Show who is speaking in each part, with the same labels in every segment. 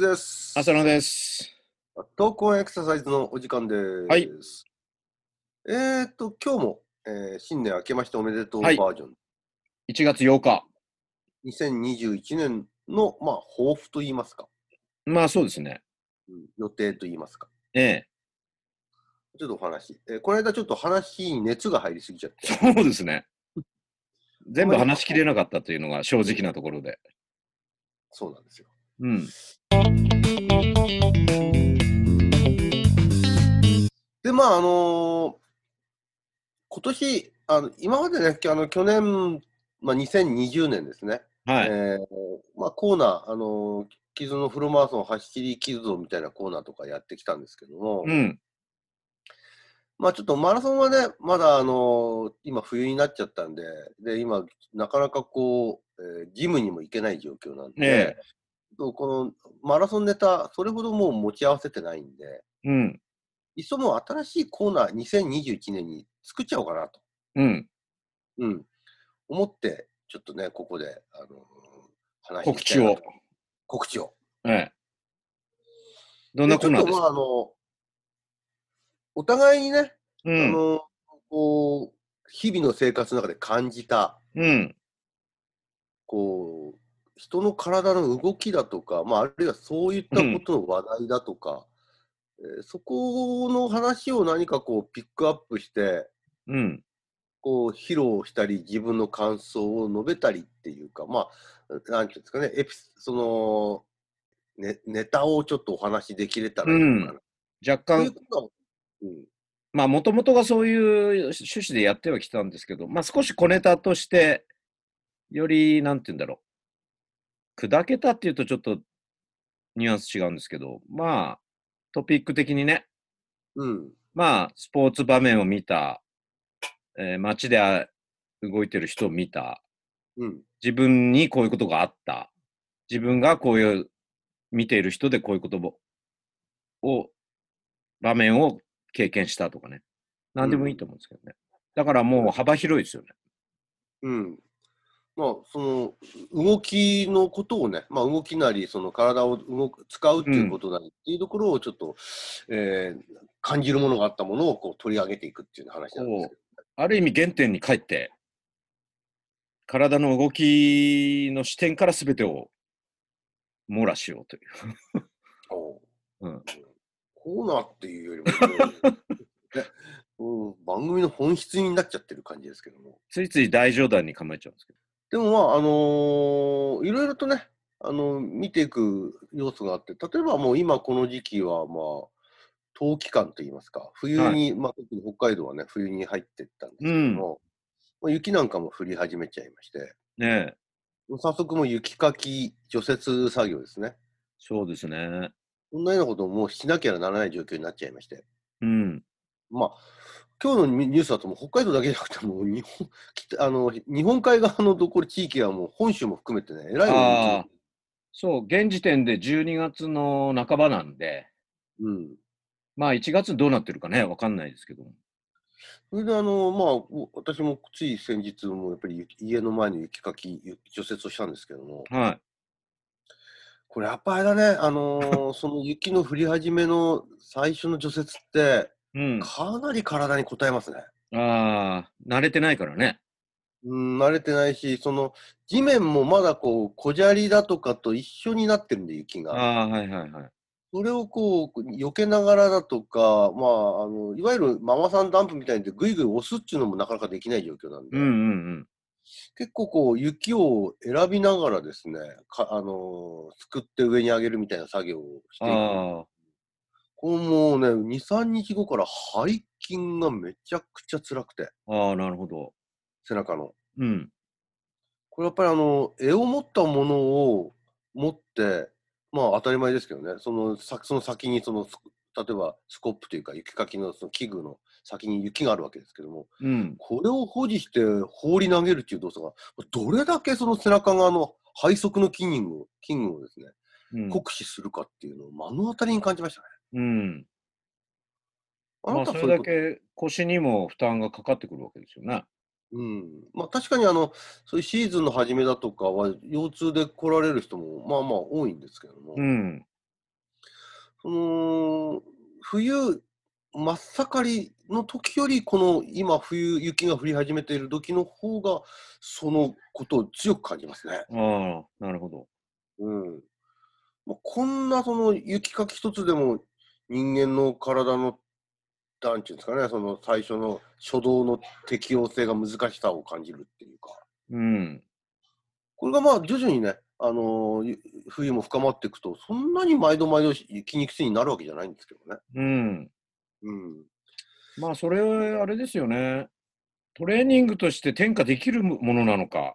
Speaker 1: 浅野です。
Speaker 2: 投稿エクササイズのお時間です。
Speaker 1: はい
Speaker 2: えーっと、今日も、えー新年明けましておめでとうバ
Speaker 1: は
Speaker 2: ー
Speaker 1: い
Speaker 2: ジョン、
Speaker 1: 1月8日。
Speaker 2: 2021年の、まあ、抱負と言いますか、
Speaker 1: まあそうですね。
Speaker 2: うん予定と言いますか、
Speaker 1: え
Speaker 2: ちょっとお話、えーこの間ちょっと話に熱が入りすぎちゃって、
Speaker 1: え。そうですね。全部話しきれなかったというのが正直なところで。
Speaker 2: そうなんですよ。
Speaker 1: うん。
Speaker 2: で、まあ、あのー今年、あの今までね、あの去年、まあ、2020年ですね、
Speaker 1: はい。
Speaker 2: えーまあ、コーナー、あのー、キズのフルマラソン走りキズドみたいなコーナーとかやってきたんですけども、
Speaker 1: うん。
Speaker 2: まあちょっとマラソンはね、まだあのー今冬になっちゃったんで、で、今、なかなかこう、えージムにも行けない状況なんで、
Speaker 1: ええ
Speaker 2: とこのマラソンネタ、それほどもう持ち合わせてないんで、
Speaker 1: うん。
Speaker 2: いっそもう新しいコーナー2021年に作っちゃおうかなと、
Speaker 1: うん。
Speaker 2: うん、思って、ちょっとね、ここで、あのー話してい
Speaker 1: 告
Speaker 2: き
Speaker 1: 知
Speaker 2: たいな
Speaker 1: を
Speaker 2: と。。告知を。
Speaker 1: ええ。どんなコーナー
Speaker 2: ち
Speaker 1: で
Speaker 2: ょっと
Speaker 1: すか
Speaker 2: まああの、お互いにね、あ
Speaker 1: うん。
Speaker 2: の、こう、日々の生活の中で感じた、
Speaker 1: うん。
Speaker 2: こう、人の体の動きだとか、まあ、あるいはそういったことの話題だとか、えーそこの話を何かこう、ピックアップして、
Speaker 1: うん。
Speaker 2: こう、披露したり、自分の感想を述べたりっていうか、まあ、なんていうんですかね、エピその、ね、ネタをちょっとお話しできれたらいいのかな。
Speaker 1: 若
Speaker 2: とい
Speaker 1: 干
Speaker 2: う、ことはうん
Speaker 1: まあもともとがそういう趣旨でやってはきたんですけど、まあ少し小ネタとして、より、なんて言うんだろう。砕けたっていうとちょっとニュアンス違うんですけど、まあトピック的にね、
Speaker 2: うん。
Speaker 1: まあ、スポーツ場面を見た、えー街であ動いてる人を見た、
Speaker 2: うん。
Speaker 1: 自分にこういうことがあった、自分がこういう、見ている人でこういうことを、を場面を経験したとかね。何でもいいと思うんですけどね。だからもう幅広いですよね。
Speaker 2: うん。まあ、その、動きのことをね、まあ、動きなり、その体を動く、使うっていうことなりっていうところをちょっと、えー感じるものがあったものをこう取り上げていくっていう話なんですけど。
Speaker 1: ある意味原点に帰って、体の動きの視点から全てを網羅しようという。
Speaker 2: おう
Speaker 1: うん
Speaker 2: コーナーっていうよりも、ね ねうん、番組の本質になっちゃってる感じですけども。
Speaker 1: ついつい大冗談に構えちゃうんですけど。
Speaker 2: でもまあ、あのーいろいろとね、あの見ていく要素があって、例えばもう今この時期は、まあ、冬期間といいますか、冬に、まあ、特に北海道はね、冬に入っていったんですけども、まあ、雪なんかも降り始めちゃいまして、
Speaker 1: ねえ。
Speaker 2: もう早速もう雪かき、除雪作業ですね。
Speaker 1: そうですね。
Speaker 2: こんなようなことをもうしなきゃならない状況になっちゃいまして、
Speaker 1: うん。
Speaker 2: まあ、今日のニュニュースだともう北海道だけじゃなくて、もう日本 北あの日本海側のどころ地域はもう本州も含めてね、えらい
Speaker 1: あ
Speaker 2: 雪
Speaker 1: あ、そう、現時点で12月の半ばなんで、
Speaker 2: うん、
Speaker 1: まあ1月どうなってるかね、わかんないですけども。
Speaker 2: それであの、まあお、私もつい先日もやっぱり雪家の前の雪かき、雪除雪をしたんですけども、
Speaker 1: は
Speaker 2: これやっぱあれだね、あ のーその雪の降り始めの最初の除雪って、
Speaker 1: い。うん。あ
Speaker 2: かなり体に応えますね。
Speaker 1: あ、慣れてないからね。
Speaker 2: うん、慣れてないし、その地面もまだこう、小砂利だとかと一緒になってるんで、雪が。
Speaker 1: ああ、はいはいはい。
Speaker 2: それをこう、避けながらだとか、まあ、あの、いわゆるママさんダンプみたいにでぐいぐい押すっていうのもなかなかできない状況なんで。
Speaker 1: うんうん
Speaker 2: 結構こう雪を選びながらですね、かあのー、すくって上に上げるみたいな作業をし
Speaker 1: う
Speaker 2: ていく。
Speaker 1: ん。ああ、
Speaker 2: これもうね、2、3日後から背筋がめちゃくちゃ辛くて、
Speaker 1: ああ、なるほど。
Speaker 2: 背中の。
Speaker 1: うん。
Speaker 2: これやっぱりあの、絵を持ったものを持って、まあ当たり前ですけどね、そのさその先にその、す例えばスコップというか雪かきのその器具の先に雪があるわけですけども、
Speaker 1: うん。
Speaker 2: これを保持して放り投げるっていう動作が、どれだけその背中側の背側の筋肉を、筋肉をですね、
Speaker 1: うん。
Speaker 2: 酷使するかっていうのを目の当たりに感じましたね。
Speaker 1: うん、
Speaker 2: あ
Speaker 1: ま
Speaker 2: な
Speaker 1: あ、
Speaker 2: た
Speaker 1: そ
Speaker 2: は
Speaker 1: れ
Speaker 2: そういう
Speaker 1: だ
Speaker 2: こと、
Speaker 1: け腰にも負担がかかってくるわけですよね。
Speaker 2: うん。まあ確かにあの、そういうシーズンの初めだとかは、腰痛で来られる人もまあまあ多いんですけども、
Speaker 1: うん。
Speaker 2: その冬真っ盛りの時よりこの今冬雪が降り始めている時の方がそのことを強く感じますね。
Speaker 1: ああ、なるほど。
Speaker 2: うん、まあこんなその雪かき一つでも人間の体のなんていうんですかねその最初の初動の適応性が難しさを感じるっていうか
Speaker 1: うん。
Speaker 2: これがまあ徐々にね、あのーゆ冬も深まっていくとそんなに毎度毎度筋肉痛になるわけじゃないんですけどね。
Speaker 1: うん。
Speaker 2: うん、
Speaker 1: まあ、それはあれですよね。トレーニングとして転嫁できるものなのかっ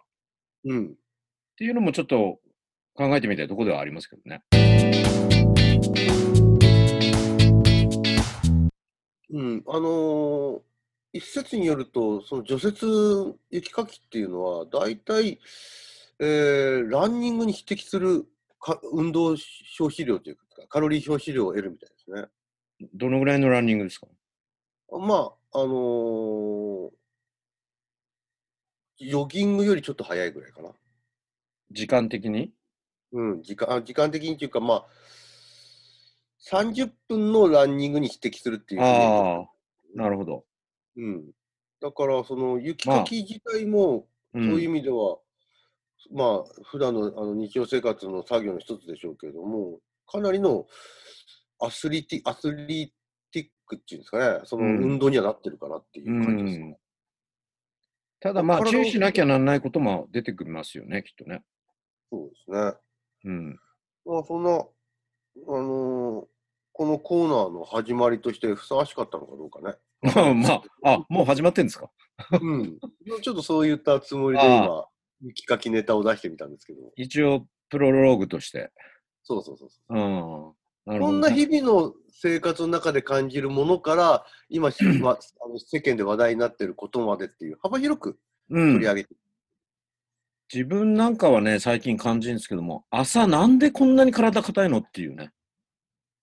Speaker 2: うん、
Speaker 1: ていうのもちょっと考えてみたいところではありますけどね。
Speaker 2: うん、あのー一説によると、その除雪雪かきっていうのは、大体、えー、ランニングに匹敵するか運動消費量というか、カロリー消費量を得るみたいですね。
Speaker 1: どのぐらいのランニングですか
Speaker 2: まあ、あのージョギングよりちょっと早いぐらいかな。
Speaker 1: 時間的に
Speaker 2: うん、時間、あ時間的にというか、まあ、30分のランニングに匹敵するっていうふうに言うと。
Speaker 1: ああ、なるほど。
Speaker 2: うん。だから、その雪
Speaker 1: まあ
Speaker 2: かき自体も、そ
Speaker 1: う
Speaker 2: ういう意
Speaker 1: ん。
Speaker 2: 味では、まあ、普段のあの日常生活の作業の一つでしょうけれども、かなりのアスリティ、アスリティックっていうんですかね、その
Speaker 1: うん
Speaker 2: 運動にはなってるかなっていう感じです
Speaker 1: う
Speaker 2: ね。
Speaker 1: んただまあ
Speaker 2: 体を
Speaker 1: 注意しなきゃなんないことも出てきますよね、きっとね。
Speaker 2: そうですね。ま
Speaker 1: うん。
Speaker 2: あ、そんな、あのーこのコーナーの始まりとしてふさわしかったのかどうか ね。
Speaker 1: まあまあ、あ、もう始まってんですか
Speaker 2: うん。ちょっとそういったつもりで
Speaker 1: ああ
Speaker 2: 今、雪かきネタを出してみたんですけど、
Speaker 1: 一応、プロローグとして。
Speaker 2: そうそうそうそう。
Speaker 1: うん。なるほどね
Speaker 2: こんな日々の生活の中で感じるものから、今、 しまあの世間で話題になっていることまでっていう、幅広く
Speaker 1: う
Speaker 2: 取
Speaker 1: ん
Speaker 2: り。上げて、
Speaker 1: 自分なんかはね、最近感じるんですけども、朝なんでこんなに体硬いのっていうね。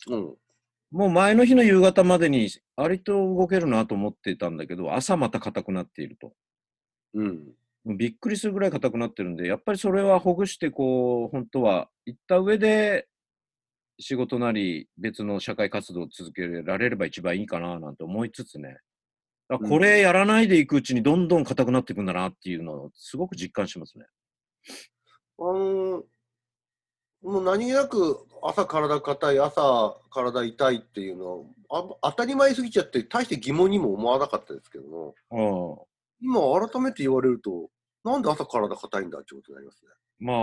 Speaker 2: うん、
Speaker 1: もう前の日の夕方までに、ありと動けるなと思っていたんだけど、朝また硬くなっていると。
Speaker 2: うん、
Speaker 1: もうびっくりするぐらい硬くなってるんで、やっぱりそれはほぐして、こう、本当は行った上で、仕事なり別の社会活動を続けられれば一番いいかななんて思いつつね、あこれやらないでいくうちにどんどん硬くなっていくんだなっていうのをすごく実感しますね。
Speaker 2: あのーもう何気なく朝体硬い、朝体痛いっていうのは、あ当たり前すぎちゃって、大して疑問にも思わなかったですけども、
Speaker 1: ああ
Speaker 2: 今、改めて言われると、なんで朝体硬いんだってことになりますね。
Speaker 1: まあ、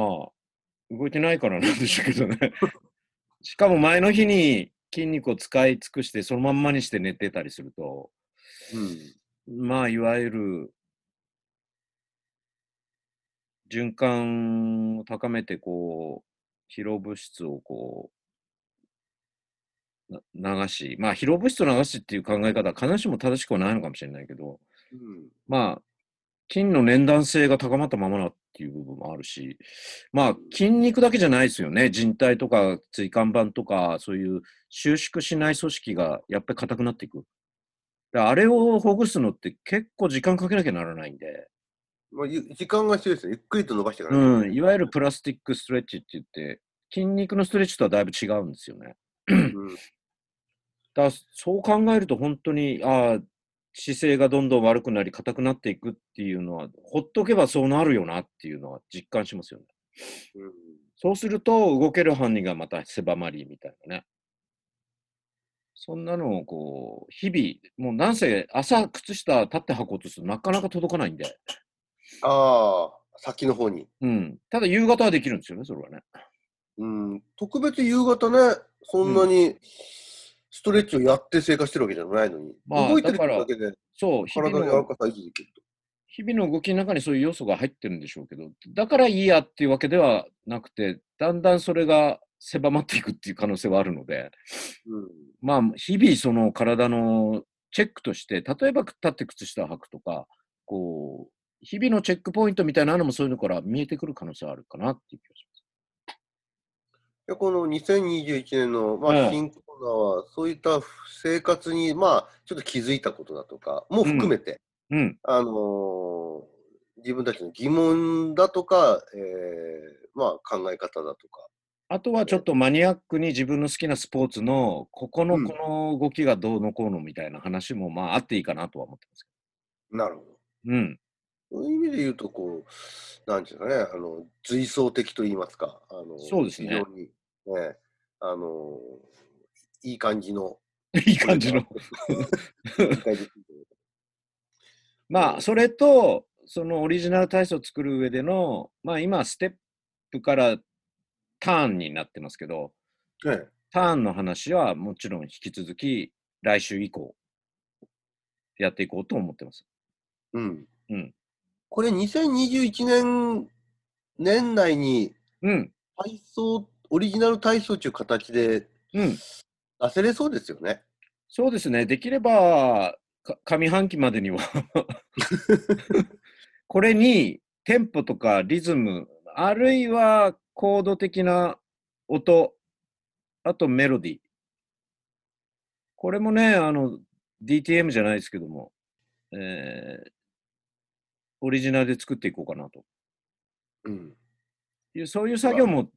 Speaker 1: 動いてないからなんでしょうけどね。しかも前の日に筋肉を使い尽くして、そのまんまにして寝てたりすると、まあ、いわゆる、循環を高めて、こう、疲労物質をこう、な流し、まあ、疲労物質を流しっていう考え方は必ずしも正しくはないのかもしれないけど、
Speaker 2: うん、
Speaker 1: まあ、筋の粘弾性が高まったままだっていう部分もあるし、まあ、筋肉だけじゃないですよね。人体とか椎間板とか、そういう収縮しない組織がやっぱり硬くなっていく。であれをほぐすのって結構時間かけなきゃならないんで、
Speaker 2: まあ、ゆ時間が必要ですね。ゆっくりと伸ばしていかないと
Speaker 1: うん、いわゆるプラスティックストレッチって言って、筋肉のストレッチとはだいぶ違うんですよね。
Speaker 2: うん
Speaker 1: だからそう考えると本当にああ姿勢がどんどん悪くなり硬くなっていくっていうのはほっとけばそうなるよなっていうのは実感しますよね。
Speaker 2: うん
Speaker 1: そうすると動ける範囲がまた狭まりみたいなね。そんなのをこう日々もうなんせ朝靴下立って履こうとするとなかなか届かないんで、
Speaker 2: ああ、先の方に。
Speaker 1: うん、ただ夕方はできるんですよねそれはね。
Speaker 2: うん、特別夕方ね、そんなにストレッチをやって生活してるわけじゃないのに、
Speaker 1: まあ
Speaker 2: 動いてる
Speaker 1: だから
Speaker 2: だけで
Speaker 1: そう日
Speaker 2: 体
Speaker 1: 々
Speaker 2: の柔
Speaker 1: の
Speaker 2: らかさ維持できると。
Speaker 1: 日々の動きの中にそういう要素が入ってるんでしょうけど、だからいいやっていうわけではなくて、だんだんそれが狭まっていくっていう可能性はあるので、
Speaker 2: うん
Speaker 1: まあ、日々その体のチェックとして、例えば立って靴下を履くとか、こう、日々のチェックポイントみたいなのもそういうのから見えてくる可能性はあるかなっていう気がし
Speaker 2: でこの2021年の、ま
Speaker 1: う
Speaker 2: あ、
Speaker 1: ん
Speaker 2: 新コーナーは、そういった生活に、まあ、ちょっと気づいたことだとかも含めて、
Speaker 1: ます。うん。
Speaker 2: あのー自分たちの疑問だとか、えーまあ、考え方だとか、
Speaker 1: あとはちょっとマニアックに自分の好きなスポーツの、ここの
Speaker 2: うん
Speaker 1: この動きがどうのこうのみたいな話も、まああっていいかなとは思ってますけ
Speaker 2: なるほど。
Speaker 1: ど。うん。
Speaker 2: そういう意味で言うと、こう、なんていうかね、あの、随想的と言いますか、あの、
Speaker 1: そうですね
Speaker 2: 非常に、ね、あの、いい感じの、
Speaker 1: いい感じの。
Speaker 2: 理解できる
Speaker 1: まあ、それと、そのオリジナル体操を作る上での、まあ今、ステップからターンになってますけど、
Speaker 2: というか。ね、
Speaker 1: ターンの話はもちろん引き続き、来週以降、やっていこうと思ってます。
Speaker 2: うん。
Speaker 1: うん。
Speaker 2: これ、2021年、年内に、
Speaker 1: うん、
Speaker 2: 体操、オリジナル体操という形で
Speaker 1: うん、
Speaker 2: 出せれそうですよね。
Speaker 1: そうですね、できれば、か上半期までには、これにテンポとかリズム、あるいはコード的な音、あとメロディー。これもね、あの、DTM じゃないですけども、えーオリジナルで作っていこうかなと
Speaker 2: うん。
Speaker 1: いう、そういう作業も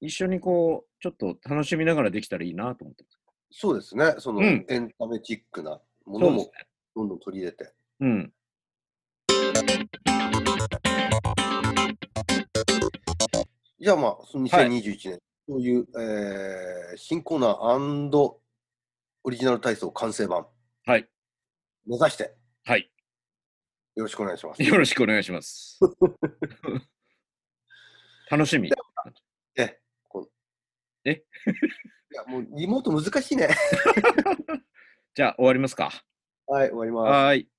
Speaker 1: 一緒にこう、ちょっと楽しみながらできたらいいなと思ってます。
Speaker 2: そうですね。その、
Speaker 1: うん
Speaker 2: エンタメチックなも
Speaker 1: そ
Speaker 2: の
Speaker 1: うです
Speaker 2: もどんどん取り入れて。
Speaker 1: ね。うん。
Speaker 2: じゃあまあ、その
Speaker 1: はい
Speaker 2: 2021年、そういう、えー新コーナーオリジナル体操完成版、
Speaker 1: はい。
Speaker 2: 目指して
Speaker 1: はい。
Speaker 2: よろしくお願いします。
Speaker 1: よろしくお願いし ます。楽しみ。
Speaker 2: え、こう
Speaker 1: え
Speaker 2: いや、もうリモート難しいね。
Speaker 1: じゃあ終わりますか。
Speaker 2: はい、終わります。
Speaker 1: はーい。